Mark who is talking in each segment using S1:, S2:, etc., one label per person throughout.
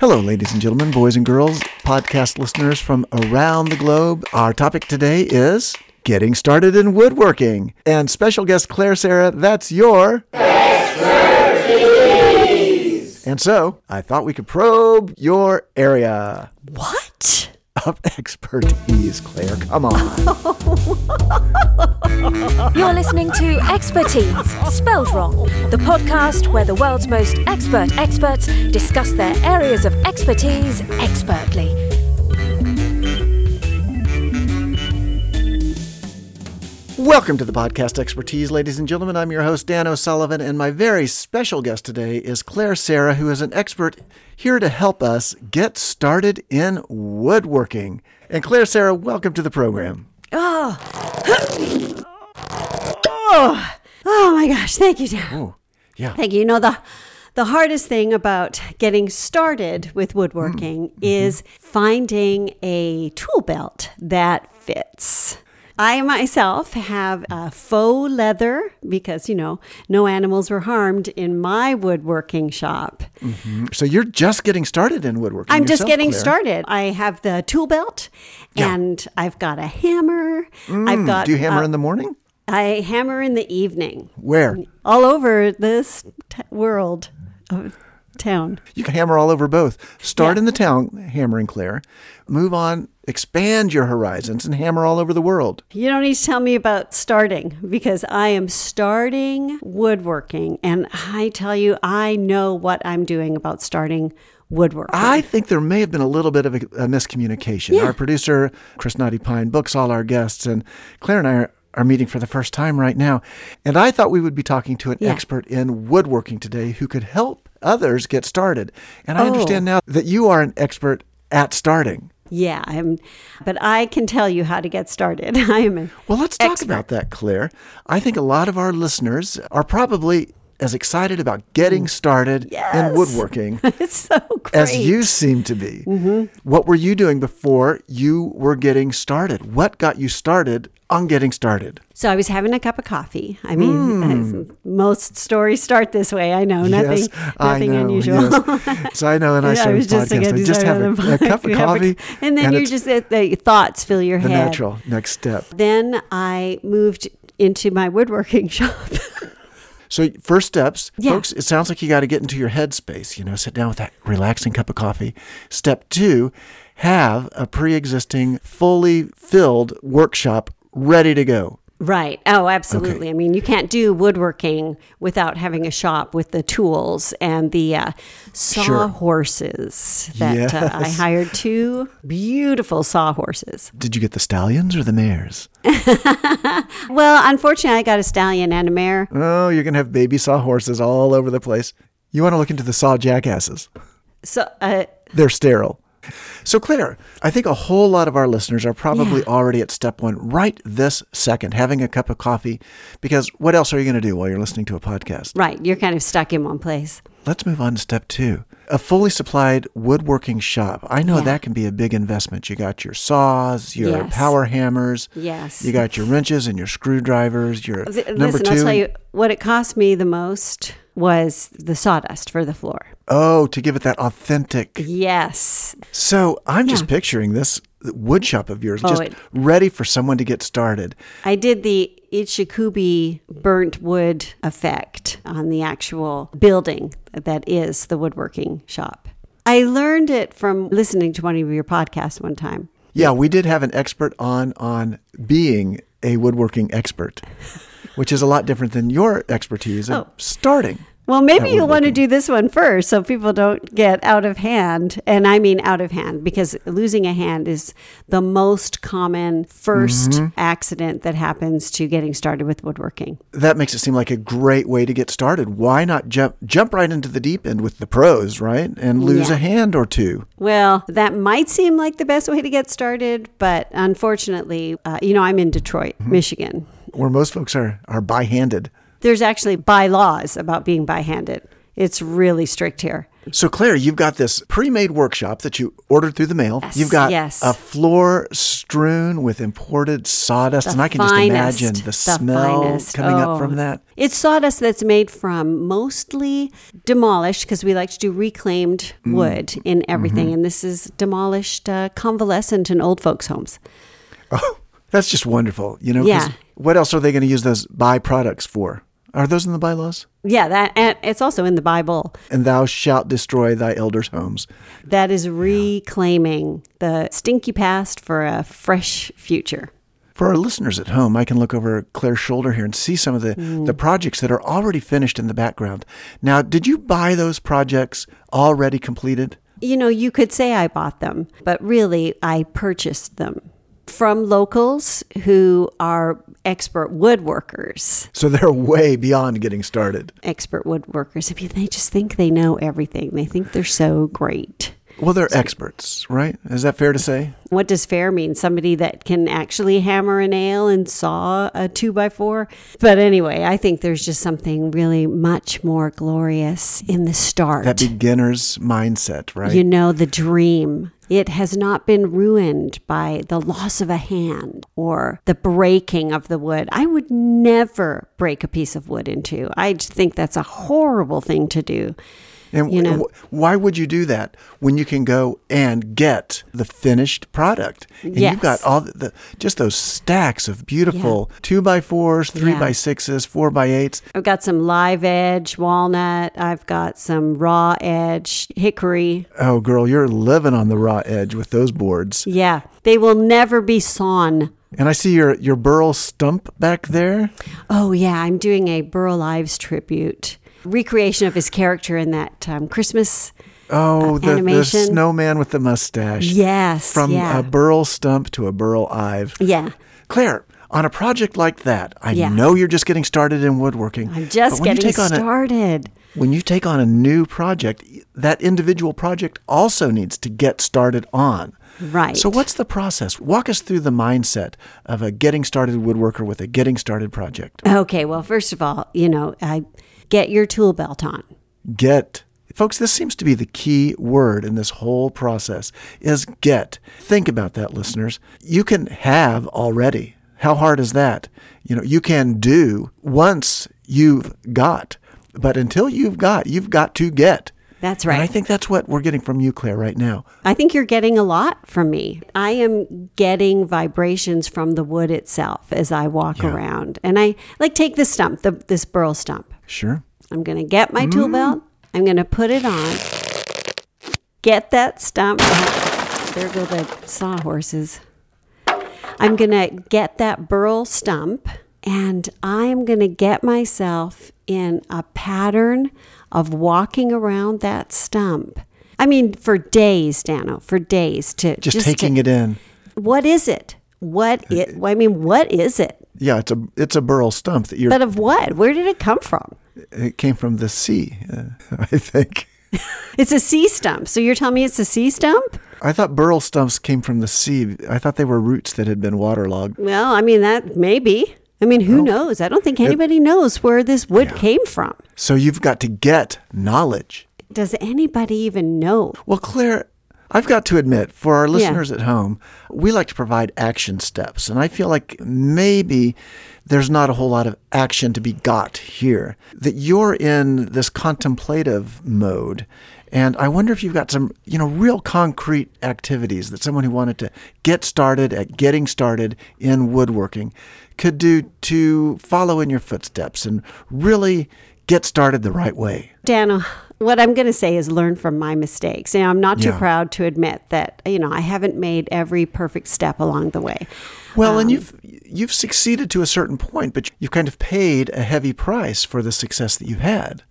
S1: Hello, ladies and gentlemen, boys and girls, podcast listeners from around the globe. Our topic today is getting started in woodworking. And special guest Claire Sarah, that's your expertise. And so I thought we could probe your area
S2: What?
S1: of expertise, Claire. Come on.
S2: You're listening to Expertise, spelled wrong, the podcast where the world's most expert experts discuss their areas of expertise expertly.
S1: Welcome to the podcast Expertise, ladies and gentlemen. I'm your host, Dan O'Sullivan, and my very special guest today is Claire Sarah, who is an expert here to help us get started in woodworking. And Claire Sarah, welcome to the program.
S3: Oh, oh my gosh! Thank you, Dan.
S1: Oh, yeah.
S3: Thank you. You know the the hardest thing about getting started with
S1: Mm,
S3: woodworking
S1: mm-hmm.
S3: is finding a tool belt that fits. I myself have a faux leather because you know no animals were harmed in my woodworking shop.
S1: Mm-hmm. So you're just getting started in woodworking.
S3: I'm just
S1: yourself,
S3: getting
S1: Claire.
S3: started. I have the tool belt,
S1: Yeah. Mm,
S3: and I've got a hammer. I've got
S1: Do you hammer
S3: uh,
S1: in the morning?
S3: I hammer in the evening.
S1: Where?
S3: all over this t- world of town.
S1: You can hammer all over both. Start in the town, hammering Claire. Move on, expand your horizons, and hammer all over the world.
S3: You don't need to tell me about starting because I am starting woodworking. And I tell you, I know what I'm doing about starting woodwork.
S1: I think there may have been a little bit of a, a miscommunication. Our producer, Chris Naughty Pine, books all our guests, and Claire and I are, are meeting for the first time right now. And I thought we would be talking to an
S3: Yeah.
S1: expert in woodworking today who could help others get started. And I understand
S3: Oh.
S1: now that you are an expert at starting.
S3: yeah, I'm, but I can tell you how to get started. I am a
S1: Well, let's talk about that, Claire. I think a lot of our listeners are probably as excited about getting started
S3: Mm. Yes.
S1: in woodworking
S3: it's so great.
S1: as you seem to be.
S3: Mm-hmm.
S1: What were you doing before you were getting started? What got you started on getting started?
S3: So I was having a cup of coffee. I mean, as most stories start this way. I know nothing,
S1: Hmm. yes, I
S3: nothing
S1: know.
S3: unusual.
S1: yes. So I know, and I
S3: Yeah,
S1: started
S3: thinking,
S1: podcasting. Just have a, a cup of
S3: You have a-
S1: coffee,
S3: and then you
S1: it's
S3: just the, the thoughts fill your
S1: the
S3: head.
S1: natural next step.
S3: Then I moved into my woodworking shop.
S1: So first steps,
S3: Yeah.
S1: folks, it sounds like you got to get into your head space, you know, sit down with that relaxing cup of coffee. Step 2, have a pre-existing fully filled workshop ready to go.
S3: right. Oh, absolutely.
S1: Okay.
S3: I mean, you can't do woodworking without having a shop with the tools and the uh, sawhorses that uh, I
S1: Yes.
S3: hired two beautiful sawhorses.
S1: Did you get the stallions or the mares?
S3: Well, unfortunately, I got a stallion and a mare.
S1: Oh, you're going to have baby saw horses all over the place. You want to look into the saw jackasses.
S3: So, uh,
S1: They're sterile. So, Claire, I think a whole lot of our listeners are probably already at step one right this second, having a cup of coffee, because what else are you going to do while you're listening to a podcast?
S3: right, you're kind of stuck in one place.
S1: Let's move on to step two a fully supplied woodworking shop. I know
S3: Yeah.
S1: that can be a big investment. You got your saws, your
S3: Yes.
S1: power hammers,
S3: Yes.
S1: you got your wrenches and your screwdrivers, your
S3: Th-
S1: number
S3: Listen,
S1: 2
S3: I'll tell you what it cost me the most was the sawdust for the floor.
S1: Oh, to give it that authentic.
S3: Yes.
S1: So I'm just picturing this wood shop of yours just
S3: Oh, it-
S1: ready for someone to get started.
S3: I did the Ichikubi burnt wood effect on the actual building that is the woodworking shop. I learned it from listening to one of your podcasts one time.
S1: Yeah, we did have an expert on on being a woodworking expert, which is a lot different than your expertise
S3: Oh.
S1: of starting.
S3: Well, maybe you'll want to
S1: woodworking.
S3: do this one first so people don't get out of hand. And I mean out of hand because losing a hand is the most common 1st accident that happens to getting started with woodworking.
S1: That makes it seem like a great way to get started. Why not jump jump right into the deep end with the pros, right? And lose
S3: Yeah.
S1: a hand or two.
S3: Well, that might seem like the best way to get started, but unfortunately, uh, you know, I'm in Detroit, Michigan.
S1: Where most folks are are by handed.
S3: There's actually bylaws about being by handed. It's really strict here.
S1: So, Claire, you've got this pre made workshop that you ordered through the mail.
S3: Yes,
S1: you've got
S3: yes.
S1: a floor strewn with imported sawdust, and I can
S3: finest,
S1: just imagine the, smell
S3: finest.
S1: coming
S3: Oh.
S1: up from that.
S3: It's sawdust that's made from mostly demolished because we like to do reclaimed
S1: Mm.
S3: wood in everything,
S1: Mm-hmm.
S3: and this is demolished uh, convalescent and old folks' homes.
S1: Oh, that's just wonderful. You know, 'cause
S3: Yeah.
S1: what else are they going to use those byproducts for? Are those in the bylaws?
S3: Yeah, that and it's also in the Bible.
S1: And thou shalt destroy thy elders' homes.
S3: That is reclaiming the stinky past for a fresh future.
S1: For our listeners at home, I can look over Claire's shoulder here and see some of the,
S3: Mm.
S1: the projects that are already finished in the background. Now, did you buy those projects already completed?
S3: You know, you could say I bought them, but really I purchased them from locals who are expert woodworkers.
S1: So they're way beyond getting started.
S3: expert woodworkers. I mean, they just think they know everything. They think they're so great.
S1: Well, they're experts, right? Is that fair to say?
S3: What does fair mean? Somebody that can actually hammer a nail and saw a two by four. But anyway, I think there's just something really much more glorious in the start.
S1: That beginner's mindset, right?
S3: you know, the dream. It has not been ruined by the loss of a hand or the breaking of the wood. I would never break a piece of wood into. I just think that's a horrible thing to do.
S1: and
S3: you know.
S1: w- why would you do that when you can go and get the finished product? And
S3: Yes.
S1: you've got all the, the just those stacks of beautiful two by fours, three
S3: Yeah.
S1: by sixes, four by eights.
S3: I've got some live edge walnut. I've got some raw edge hickory.
S1: Oh, girl, you're living on the raw edge with those boards.
S3: Yeah, they will never be sawn.
S1: And I see your your burl stump back there.
S3: Oh, yeah, I'm doing a Burl Ives tribute, recreation of his character in that um, Christmas.
S1: Oh, the, the
S3: animation.
S1: snowman with the mustache.
S3: Yes.
S1: From uh,
S3: yeah.
S1: a burl stump to a burl ive.
S3: yeah.
S1: Claire, on a project like that, I
S3: Yeah.
S1: know you're just getting started in woodworking.
S3: I'm just
S1: but when you
S3: getting
S1: take on a-
S3: started.
S1: when you take on a new project, that individual project also needs to get started on.
S3: Right.
S1: So, what's the process? Walk us through the mindset of a getting started woodworker with a getting started project.
S3: Okay, well, first of all, you know, I get your tool belt on.
S1: Get. Folks, this seems to be the key word in this whole process is get. Think about that, listeners. You can have already. How hard is that? You know, you can do once you've got. But until you've got, you've got to get.
S3: That's right.
S1: And I think that's what we're getting from you, Claire, right now.
S3: I think you're getting a lot from me. I am getting vibrations from the wood itself as I walk around. And I like take this stump, the, this burl stump.
S1: Sure.
S3: I'm going to get my
S1: Mm.
S3: tool belt. I'm going to put it on. Get that stump. There go the sawhorses. I'm going to get that burl stump and I'm going to get myself in a pattern of walking around that stump. I mean, for days, Dano, for days to
S1: Just,
S3: to-
S1: taking Uh, it in.
S3: What is it? What it? I mean, what is it?
S1: Yeah, it's a it's a burl stump that you're.
S3: But of what? Where did it come from?
S1: it came from the sea, uh, I think.
S3: It's a sea stump. So you're telling me it's a sea stump?
S1: I thought burl stumps came from the sea. I thought they were roots that had been waterlogged.
S3: Well, I mean that maybe. I mean, who knows? I don't think anybody knows where this wood came from.
S1: So you've got to get knowledge.
S3: Does anybody even know?
S1: Well, Claire, I've got to admit, for our listeners at home, we like to provide action steps. And I feel like maybe there's not a whole lot of action to be got here, that you're in this contemplative mode. And I wonder if you've got some, you know, real concrete activities that someone who wanted to get started at getting started in woodworking could do to follow in your footsteps and really get started the right way.
S3: Dana, uh, what I'm going to say is learn from my mistakes. You know, I'm not too
S1: Yeah.
S3: proud to admit that, you know, I haven't made every perfect step along the way.
S1: Well,
S3: Um,
S1: and you've you've succeeded to a certain point, but you've kind of paid a heavy price for the success that you've had,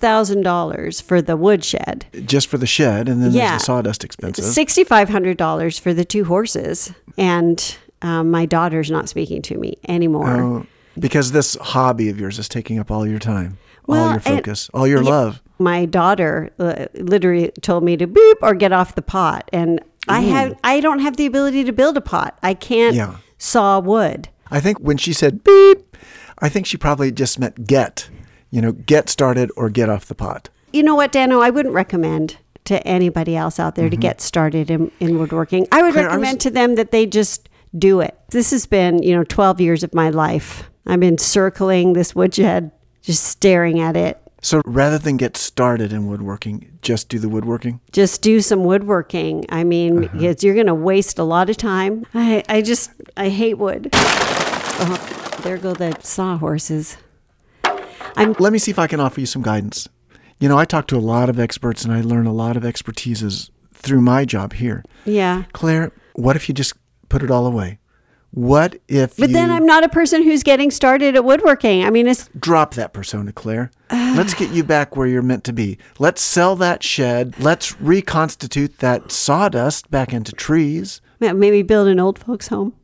S3: $6,000 for the woodshed,
S1: just for the shed, and then
S3: Yeah.
S1: there's the sawdust expenses.
S3: $6,500 for the two horses, and um, my daughter's not speaking to me anymore.
S1: Oh, because this hobby of yours is taking up all your time,
S3: Well,
S1: all your
S3: and-
S1: focus, all your love.
S3: my daughter uh, literally told me to beep or get off the pot and i have i don't have the ability to build a pot i can't
S1: Yeah.
S3: saw wood
S1: I think when she said beep, I think she probably just meant get, you know, get started or get off the pot.
S3: you know what, Dano, I wouldn't recommend to anybody else out there to get started in, in woodworking. I would
S1: Claire, Mm-hmm. I was-
S3: recommend to them that they just do it. This has been, you know, 12 years of my life. I've been circling this woodshed, just staring at it.
S1: So rather than get started in woodworking, just do the woodworking.
S3: Just do some woodworking. I mean,
S1: Uh-huh.
S3: because you're going to waste a lot of time. I, I just, I hate wood. Oh, there go the sawhorses.
S1: Let me see if I can offer you some guidance. You know, I talk to a lot of experts and I learn a lot of expertises through my job here.
S3: Yeah.
S1: Claire, what if you just put it all away? What if
S3: But
S1: you
S3: then I'm not a person who's getting started at woodworking. I mean, it's
S1: drop that persona, Claire? Let's get you back where you're meant to be. Let's sell that shed. Let's reconstitute that sawdust back into trees.
S3: Ma- Maybe build an old folks' home.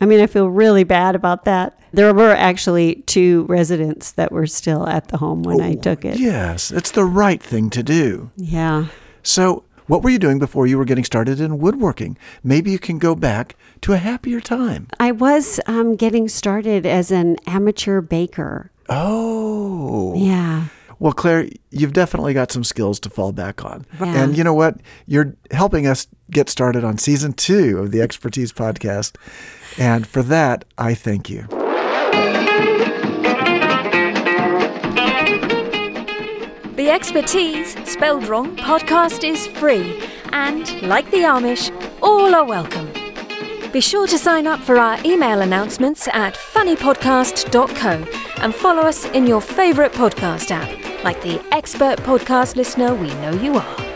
S3: I mean, I feel really bad about that. There were actually two residents that were still at the home when
S1: Oh,
S3: I took it.
S1: Yes, it's the right thing to do.
S3: Yeah.
S1: So, what were you doing before you were getting started in woodworking? Maybe you can go back to a happier time.
S3: I was um, getting started as an amateur baker.
S1: Oh.
S3: Yeah.
S1: Well, Claire, you've definitely got some skills to fall back on.
S3: Yeah.
S1: And you know what? You're helping us get started on season two of the Expertise Podcast. And for that, I thank you.
S2: The Expertise Spelled Wrong podcast is free, and like the Amish, all are welcome. Be sure to sign up for our email announcements at funnypodcast.co and follow us in your favourite podcast app, like the expert podcast listener we know you are.